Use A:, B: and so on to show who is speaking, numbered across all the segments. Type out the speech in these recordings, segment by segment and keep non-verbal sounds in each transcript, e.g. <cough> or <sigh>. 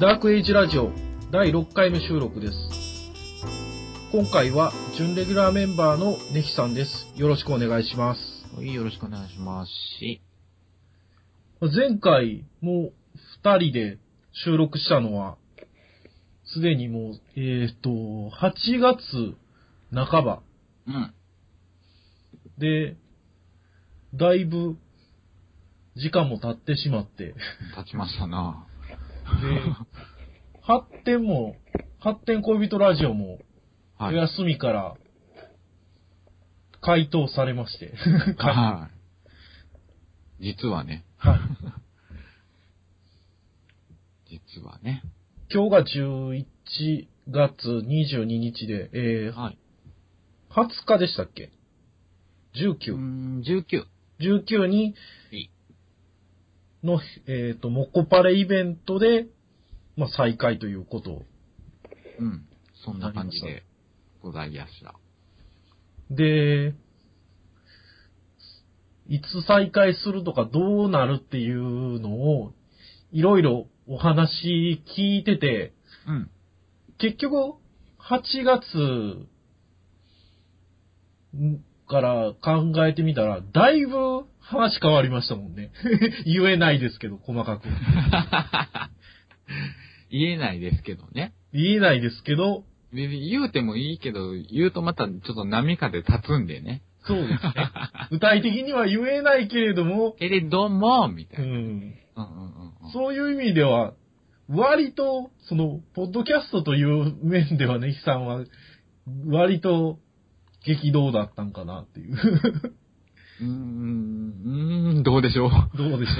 A: ダークエイジラジオ第6回目収録です。今回は準レギュラーメンバーのネヒさんです。よろしくお願いします。
B: はい、よろしくお願いしますし。
A: 前回も2人で収録したのは、すでにもう、えっ、と、8月半ば
B: うん。
A: で、だいぶ時間も経ってしまって、
B: 立ちましたな
A: で、発展も、発展恋人ラジオも、お
B: はい。はい。
A: 休みから、回答されまして。は
B: 実はね、
A: い
B: <laughs> 実はね。
A: <laughs> 今日が11月22日で、えー、
B: はい。
A: 20日でしたっけ
B: うー
A: ?19。
B: ん、19。
A: 19に
B: はい、
A: の、えっ、と、モコパレイベントで、まあ、再開ということ
B: うん。そんな感じ
A: なり
B: で、ございやした。
A: で、いつ再開するとかどうなるっていうのを、いろいろお話聞いてて、
B: うん。
A: 結局、8月んから考えてみたら、だいぶ話変わりましたもんね。 <laughs> 言えないですけど、細かく。
B: 言えないですけどね。
A: 言えないですけど、
B: 別に言うてもいいけど、言うとまたちょっと波風立つんでね。
A: そう <laughs> ですね。具体的には言えないけれども、
B: けれども、みた
A: う
B: いな。
A: ん、
B: うんうんうんうん。
A: そういう意味では、割と、その、ポッドキャストという面ではね、ヒさんは、割と、激動だったんかなっていう。
B: うーん、うーん、どうでし <laughs> ょう。
A: どうでしょ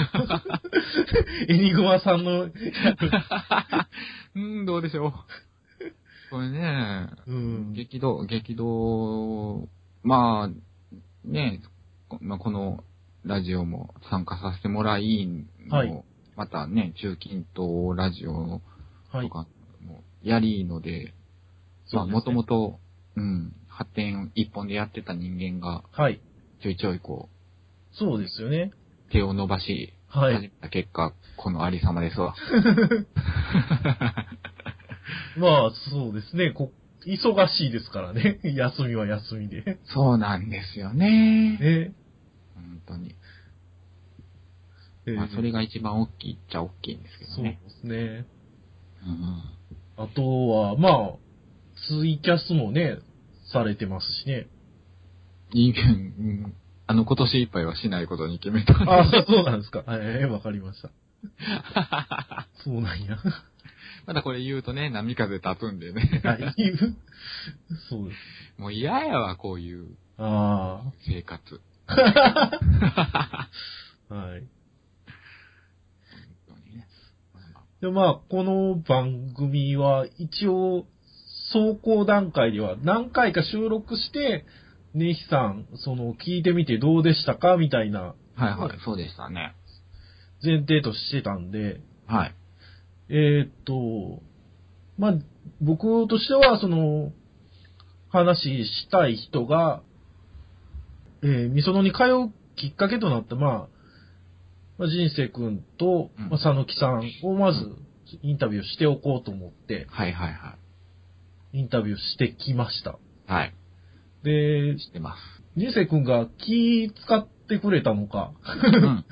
A: う <laughs> エニグマさんの、
B: うーん、どうでしょう。これね、
A: うん。
B: 激動、激動、まあ、ね、こまあこのラジオも参加させてもらい、
A: はい
B: またね、中近東ラジオ
A: は
B: と
A: い。
B: かもやりので、まあ、もともと、うん、発展一本でやってた人間が、
A: と。はい。
B: ちょいちょいこ
A: そうですよね。
B: う、手を伸ばし、
A: は
B: 始
A: い。
B: めた結果、このありさまですわ。
A: まあ、そうですね。こ忙しいですからね。 <laughs> 休みは休みで。 <laughs>
B: そうなんですよね。
A: ね。
B: 本当に。
A: えー
B: まあ、それが一番大きいっちゃ大きいんですけ
A: そ
B: ど
A: うで
B: ね。
A: すね。
B: うんうん
A: あとは、まあ、ツイキャスもね、されてますし
B: <laughs>
A: ね。
B: いいうんあの、今年いっぱいはしないことに決めた。
A: ああ、そうなんですか。ええわかりま
B: <laughs>
A: した。そうなんや。
B: まだこれ言うとね、波風立つんでね。 <laughs>
A: はい。 <laughs> そうです。
B: もう嫌やわ、こういう
A: あ
B: 生活。
A: あ、はい。
B: 本当にね
A: で、まあ、この番組は一応、走行段階では何回か収録して、ねひさん、その、聞いてみてどうでしたかみたいな
B: はいはい、そうでしたね。
A: 前提としてたんで、
B: はい。
A: えーっと、まあ、僕としては、その、話したい人が、えー、みそのに通うきっかけとなった、まあ、まあ、人生くんと、
B: うん
A: まあ、佐野木さんをまず
B: う
A: インタビューしておこうと思って、
B: はいはいは
A: インタビューしてきました。
B: い。はい。
A: で、
B: 知ってます。
A: 人生くんが気使ってくれたのか、
B: <laughs> うん。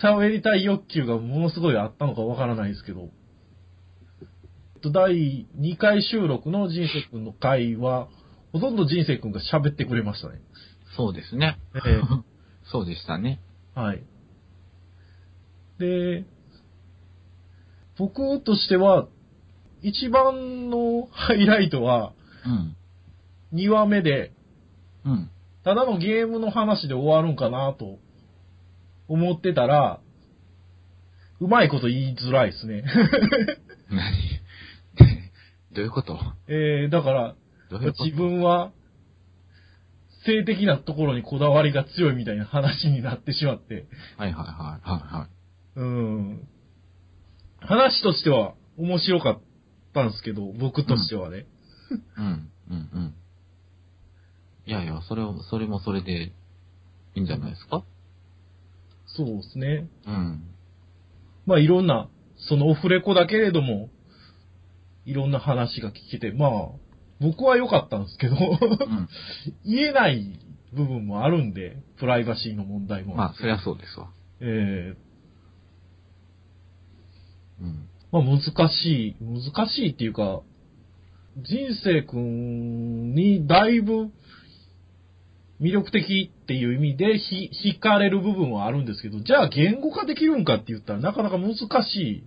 A: 喋りたい欲求がものすごいあったのかわからないですけど、第2回収録の人生くんの回は、ほとんど人生くんが喋ってくれましたね。
B: そうですね。
A: え
B: <laughs> そうでしたね。
A: えはい。で、僕としては、一番のハイライトは、
B: うん。
A: 2話目で、
B: うん。
A: ただのゲームの話で終わるんかなと思ってたら、うまいこと言いづらいですね。 <laughs>
B: 何 <laughs> どういうこと
A: えー、だから、
B: どういうこと
A: 自分は、性的なところにこだわりが強いみたいな話になってしまって、
B: はいはいはいはいはい。
A: うん。話としては面白かったんですけど、僕としてはね。
B: うん、うん、うん。いやいや、それを、それもそれで、いいんじゃないですか
A: そうですね。
B: うん。
A: まあいろんなそのオフレコだけれども、いろんな話が聞けて、まあ、僕は良かったんですけど、
B: うん。
A: 言えない部分もあるんで、プライバシーの問題も。
B: まあ、そりゃそうですわ。
A: ええ
B: うん。
A: まあ難しい、難しいっていうか、人生くんにだいぶ魅力的っていう意味でひ惹かれる部分はあるんですけど、じゃあ言語化できるんかって言ったらなかなか難し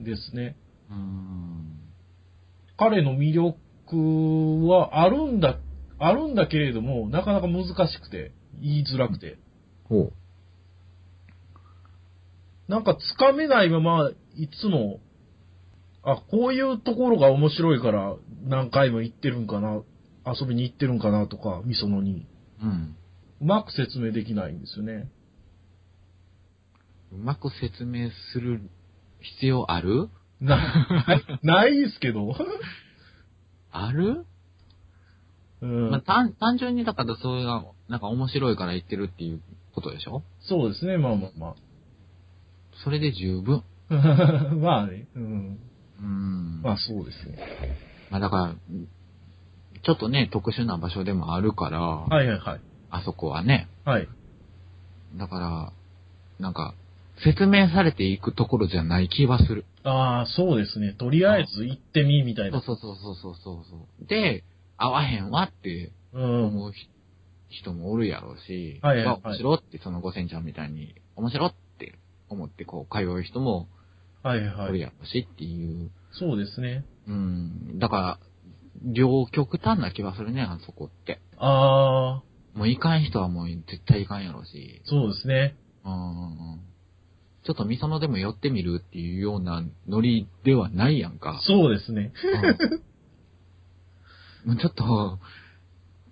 A: いですね。
B: うーん。
A: 彼の魅力はあるんだ、あるんだけれども、なかなか難しくて、言いづらくて。
B: ほう。
A: なんかつかめないまま、いつも、あ、こういうところが面白いから何回も行ってるんかな、遊びに行ってるんかなとか、みそのに。
B: うん。
A: うまく説明できないんですよね。
B: うまく説明する必要ある
A: な、ないですけど。
B: ある、
A: うん、
B: まあ、単単純にだからそれが、なんか面白いから言ってるっていうことでしょ
A: そうですね、まあまあま
B: それで十分。
A: あ。まあね、うん。
B: うん。
A: まあそうですね。
B: まあだから、ちょっとね、特殊な場所でもあるから、
A: はいはいはい。
B: あそこはね。
A: はい。
B: だから、なんか、説明されていくところじゃない気はする。
A: ああ、そうですね。とりあえず行ってみ、みたい
B: そ
A: な。
B: うそうそうそうそうそう。で、合わへんわって
A: うん。
B: 思うひ人もおるやろうし、
A: はいはいはい
B: 面白って、その五千ちゃんみたいに、面白って思ってこう通う人も
A: はい
B: お
A: は
B: る
A: い。
B: やろうしっていう、
A: そうですね。
B: うん、だから、両極端な気はするね、あそこって。
A: ああ、
B: もういかん人はもう絶対いかんやろうし、
A: そうですね。
B: うん、ちょっとみそのでも寄ってみるっていうようなノリではないやんか。
A: そうですね。
B: うんもう <laughs> ちょっと、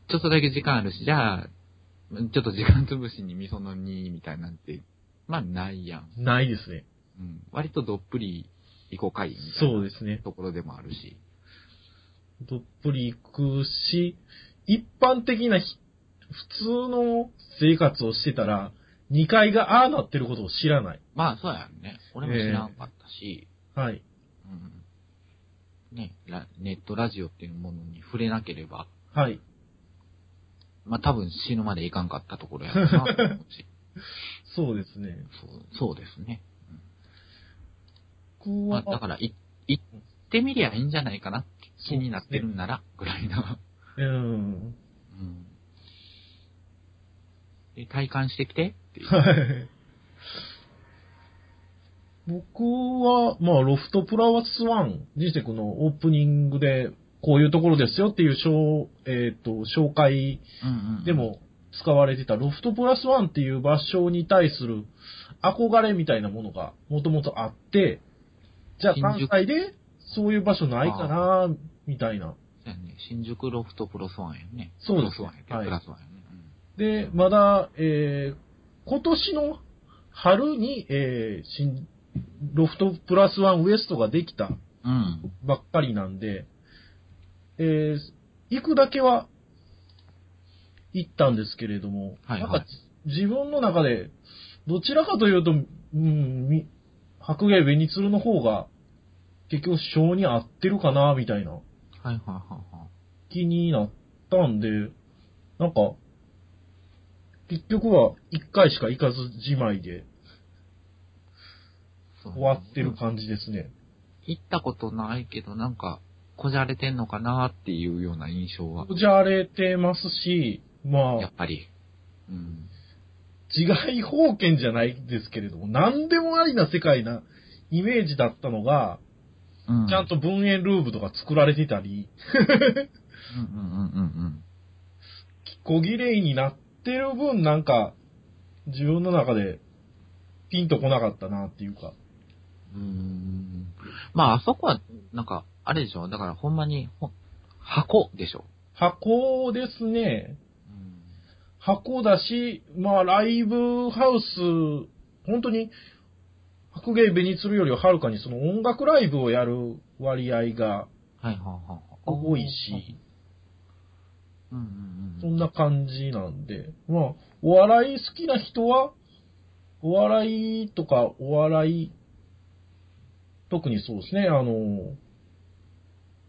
B: ちょっとだけ時間あるし、じゃあ、ちょっと時間潰しに味噌のにみたいなんて、まあないやん。
A: ないですね。
B: うん、割とどっぷり行こうかい、みたい
A: そう
B: な
A: ですね。
B: ところでもあるし。
A: どっぷり行くし、一般的なひ普通の生活をしてたら、2階がああなってることを知らない。
B: まあそうやんね。俺も知らんかったし、
A: はい。
B: うんねラ、ネットラジオっていうものに触れなければ、
A: はい。
B: まあ多分死ぬまでいかんかったところやろう <laughs> なと思うし
A: そうですね。
B: そう。そうですね。
A: 僕
B: まあ、
A: は、
B: だから、い、行ってみりゃいいんじゃないかな。気になってるんなら、ぐらいな。
A: うん。
B: うん。で、体感してきてっていう。
A: はい。僕は、まあ、ロフトプラスワン、人生このオープニングで、こういうところですよっていう紹、えっ、と、紹介
B: うんうんうん
A: で、も使われてたロフトプラスワンっていう場所に対する憧れみたいなものがもともとあって、じゃあ
B: 新
A: 関
B: 宿
A: 西でそういう場所ないかな、みたいな。
B: そうやね、新宿ロフトプロスワンやね。
A: そうです
B: プロスワンやけど
A: はい
B: プラスワンやね。
A: で、まだ、えー、今年の春に、えー、新、ロフトプラスワンウエストができた
B: うん。うん。
A: ばっかりなんで、えー行くだけは行ったんですけれども、
B: はいはい
A: なんか自分の中で、どちらかというと、うん、み白芸紅鶴の方が、結局性に合ってるかな、みたいな
B: はいはいはいはい。
A: 気になったんで、なんか、結局は一回しか行かずじまいで
B: そう
A: 終わってる
B: うん
A: 感じですね。
B: 行ったことないけど、なんか、こじゃれてんのかなっていうような印象は。
A: じゃれてますし、まあ
B: やっ、ぱり。うん。
A: 自害封建じゃないですけれども、何でもありな世界なイメージだったのが、
B: うん
A: ちゃん。と文苑ルームとか作られてたり、
B: うんうんうんうんうん。
A: 小綺麗になってる分なんか、自分の中でピンとこなかったなっていうか。
B: うーんまあ、あそこは、なんか、あれでしょだから、ほんまに、ほ箱でしょ
A: 箱ですね。箱だし、まあライブハウス、本当に、白芸紅鶴よりははるかにその音楽ライブをやる割合が
B: はいはいはいはい。
A: 多いし、
B: うんうん
A: そ
B: うん。
A: んな感じなんで、まあ、お笑い好きな人は、お笑いとかお笑い特にそうですね、あの、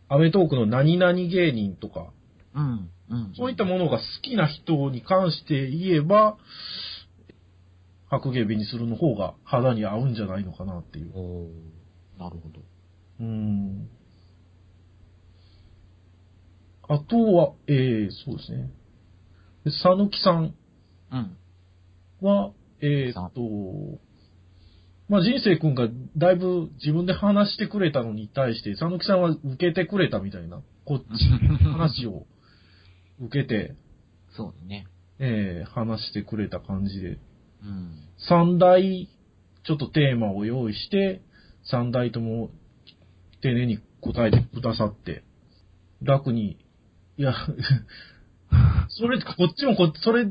A: アメトークの何々芸人とか、
B: うん。うん。
A: そういったものが好きな人に関して言えば、白芸紅するの方が肌に合うんじゃないのかなっていう。
B: おーなるほど。
A: うん。あとは、えー、そうですね。でさぬきさん
B: うん。
A: は、えー、っと、まあ、人生くんがだいぶ自分で話してくれたのに対して、さぬきさんは受けてくれたみたいな、こっち、
B: <laughs>
A: 話を受けて、
B: そうね。
A: えー、話してくれた感じで、
B: うん。
A: 三大、ちょっとテーマを用意して、三大とも丁寧に答えてくださって、楽に、いや、 <laughs> それ、こっちもこっち、それ、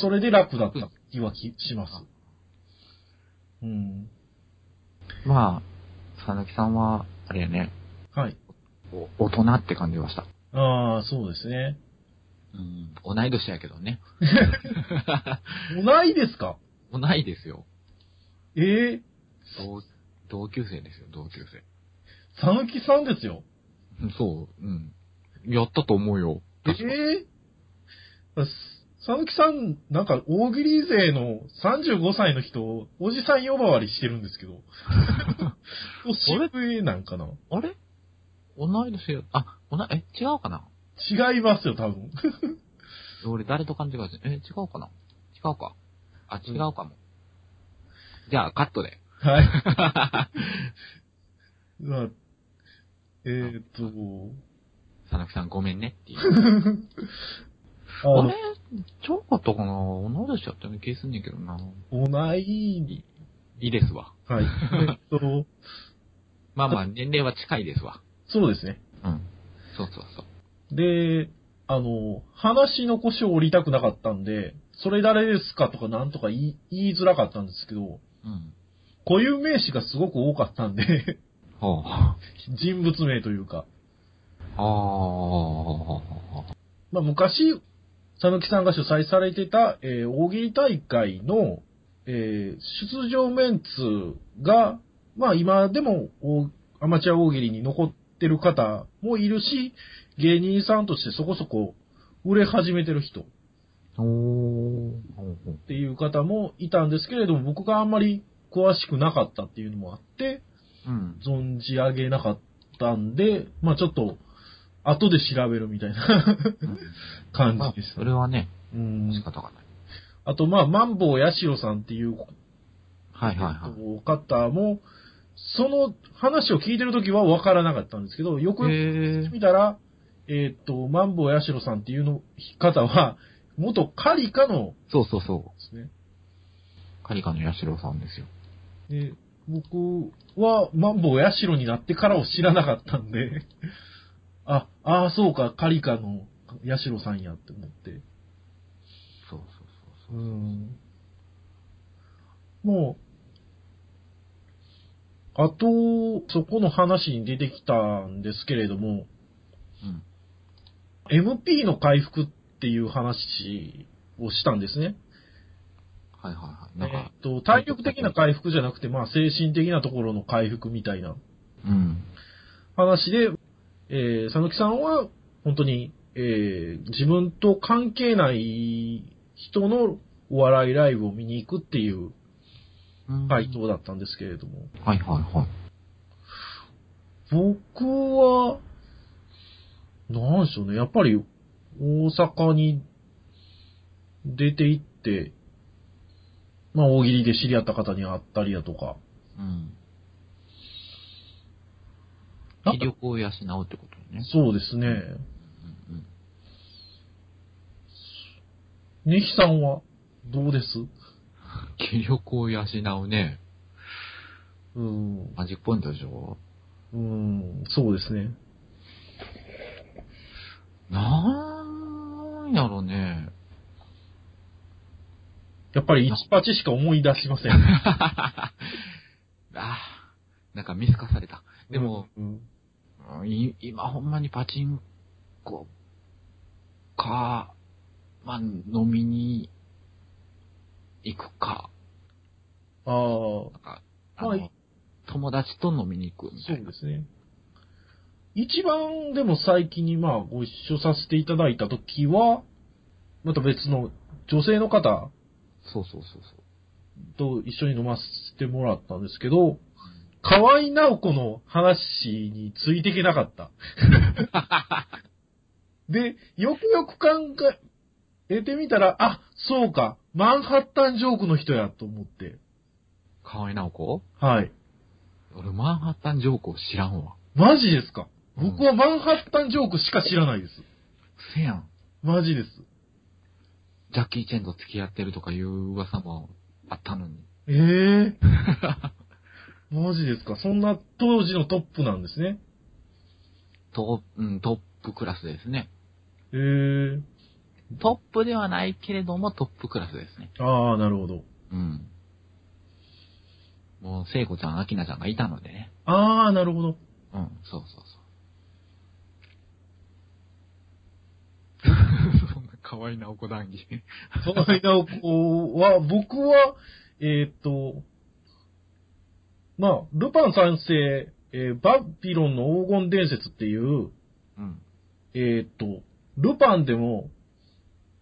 A: それで楽だった気はきします。うん。
B: まあ、さぬきさんは、あれやね、
A: はい。
B: お大人って感じました。
A: ああ、そうですね。
B: うん。同い年やけどね。
A: 同いですか
B: 同いですよ。
A: ええ
B: 同、同級生ですよ、同級生。
A: ー、さぬきさんですよ。
B: うんそう、うん。やったと思うよ。
A: ええー、さぬきさん、なんか大喜利勢の35歳の人をおじさん呼ばわりしてるんですけ
B: <laughs>
A: ど。年上なんかな
B: あれ同い年や、あ、同い、え、違うかな
A: 違いますよ、多分。
B: 俺誰と勘違いして、え、違うかな違うか。あ、違うかも。じゃあ、カットで。
A: はい。 <laughs> まあえーっと、
B: 佐々木さんごめんねっていう。
A: あ
B: あ
A: の
B: れ、ちょうかったかな同い年やったような気すんねんけどな。
A: 同い、
B: いいですわ。
A: はい。えーっと、
B: まあまあ、年齢は近いですわ。
A: そうですね。
B: うん。そうそうそう。
A: で、あの、話の腰を折りたくなかったんで、それ誰ですかとかなんとか言い言いづらかったんですけど、
B: うん。
A: 固有名詞がすごく多かったんで、 <laughs>
B: ほう。あ
A: 人物名というか。
B: あ。
A: まあ、昔、佐野木さんが主催されてた、えー、大喜利大会の、えー出場メンツが、まあ、今でも大アマチュア大喜利に残ってる方もいるし、芸人さんとしてそこそこ売れ始めてる人っ
B: おー。ほうほう
A: ていう方もいたんですけれども、僕があんまり詳しくなかったっていうのもあって、
B: うん。
A: 存じ上げなかったんで、まあちょっと、後で調べるみたいな <laughs> 感
B: まあ
A: じでし、た。
B: それはね、
A: うん
B: 仕方がない。
A: あと、まあ、マンボウヤシロさんっていう
B: はいはいはい。
A: 方も、その話を聞いてるときは分からなかったんですけど、よくよく
B: へ
A: 見たら、えーっと、マンボウヤシロさんっていうの方は、元カリカの
B: そうそうそう。
A: ですね。
B: カリカのヤシロさんですよ。
A: で僕はマンボウヤシロになってからを知らなかったんで、 <laughs> あ、ああ、そうか、カリカのヤシロさんやって思って。
B: そうそうそうそう。
A: ん。もう、あと、そこの話に出てきたんですけれども、
B: うん。
A: MP の回復っていう話をしたんですね。
B: はいはいはい。
A: え
B: なんか
A: っ、と、体力的な回復じゃなくて、まあ、精神的なところの回復みたいな。
B: うん。
A: 話で、えー、佐野木さんは、本当に、えー自分と関係ない人のお笑いライブを見に行くっていう
B: うん
A: 回答だったんですけれども、
B: はいはいはい。
A: 僕は、なんでしょうね、やっぱり、大阪に出て行って、まあ、大喜利で知り合った方に会ったりだとか、
B: うん。
A: なん
B: 気
A: か
B: 力を養うってことよね。
A: そうですね。
B: うんうん。
A: ネヒさんは、どうです
B: 気力を養うね。
A: うん。
B: マジックポイントでしょ
A: うん、そうですね。
B: なんやろね。
A: やっぱり一パチしか思い出しません。
B: ああ、なんか見透かされた。 <laughs> でも、
A: うん、
B: うんい今ほんまにパチンコか、まあ、飲みに行くか、
A: あ
B: なんか、あ
A: あ、ま
B: の、
A: あ、一
B: 友達と飲みに行くみた
A: そう
B: いな。
A: ですね。一番でも最近にまあご一緒させていただいた時は、また別の女性の方
B: そうそうそうそ
A: と
B: う。
A: 一緒に飲ませてもらったんですけど、河合直子の話についていけなか
B: <laughs>
A: った。で、よくよく考えてみたら、あ、そうか、マンハッタンジョークの人やと思って。
B: 河合直子
A: はい。
B: 俺、マンハッタンジョークを知らんわ。
A: マジですか
B: うん
A: 僕はマンハッタンジョークしか知らないです。
B: せやん。
A: マジです。
B: ジャッキー・チェンと付き合ってるとかいう噂もあったのに。
A: ええ <laughs> マジですかそんな当時のトップなんですね。
B: トップ、うん、トップクラスですね。
A: ええ
B: トップではないけれども、トップクラスですね。
A: ああ、なるほど。
B: うん。もう、聖子ちゃん、アキナちゃんがいたのでね。
A: ああ、なるほど。
B: うん、そうそうそう。 <laughs> そんな可愛いなお子談義。
A: その間をこうは、僕は、えーっと、まあ、ルパン三世、えーバビロンの黄金伝説っていう、
B: うん。
A: えーっと、ルパンでも、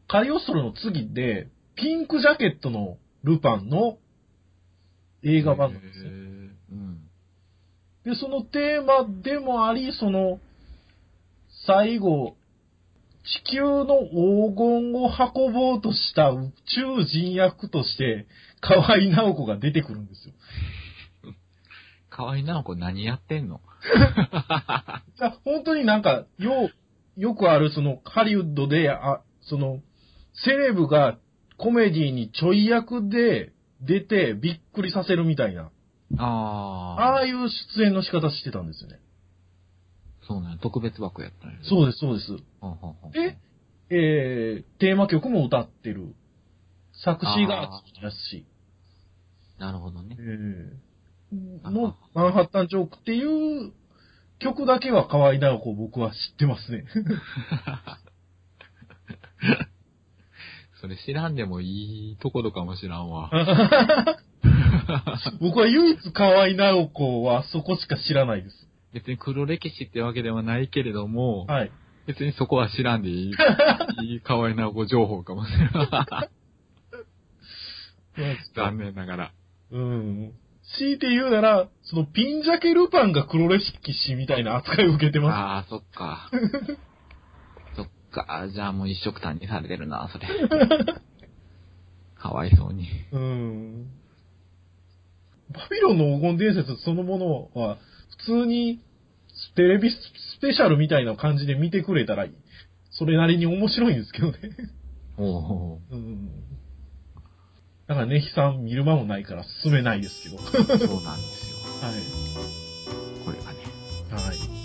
A: カリオストロの次で、ピンクジャケットのルパンの映画版なんですね。
B: へーうん。
A: で、そのテーマでもあり、その、最後、地球の黄金を運ぼうとした宇宙人役として、河合直子が出てくるんですよ。
B: 可愛いなお子何やってんの
A: いや、本当になんか、よう、よくある、その、ハリウッドで、あ、その、セレブがコメディにちょい役で出てびっくりさせるみたいな、
B: ああ。
A: ああいう出演の仕方してたんですよね。
B: そうなの、特別枠やったんや。
A: そうです、そうです。
B: ほんほんほん。
A: ええー、テーマ曲も歌ってる。作詞が
B: あ、
A: だし。
B: なるほどね
A: え。ー
B: あ
A: の、マンハッタンジョークっていう曲だけは河合奈子僕は知ってますね。
B: それ知らんでもいいところかもしらんわ。
A: 僕は唯一河合奈子はそこしか知らないです。
B: 別に黒歴史ってわけではないけれども、
A: はい。
B: 別にそこは知らんで
A: <laughs>
B: いい、いい可愛いなご情報かもしれない。残念ながら。
A: うん。強いて言うなら、そのピンジャケルパンが黒歴史みたいな扱いを受けてま
B: ああ、そっ
A: <laughs>
B: か。そっか。じゃあもう一色単にされてる
A: <laughs>
B: な、それ。かわいそうに。
A: す。うん。バビロンの黄金伝説そのものは、普通にテレビスペシャルみたいな感じで見てくれたらいい。それなりに面白いんですけどね。
B: おお
A: うん。だからね、悲惨見る間もないから進めないですけど。は
B: ー、そうなんですよ。
A: い。
B: これがね。
A: はい。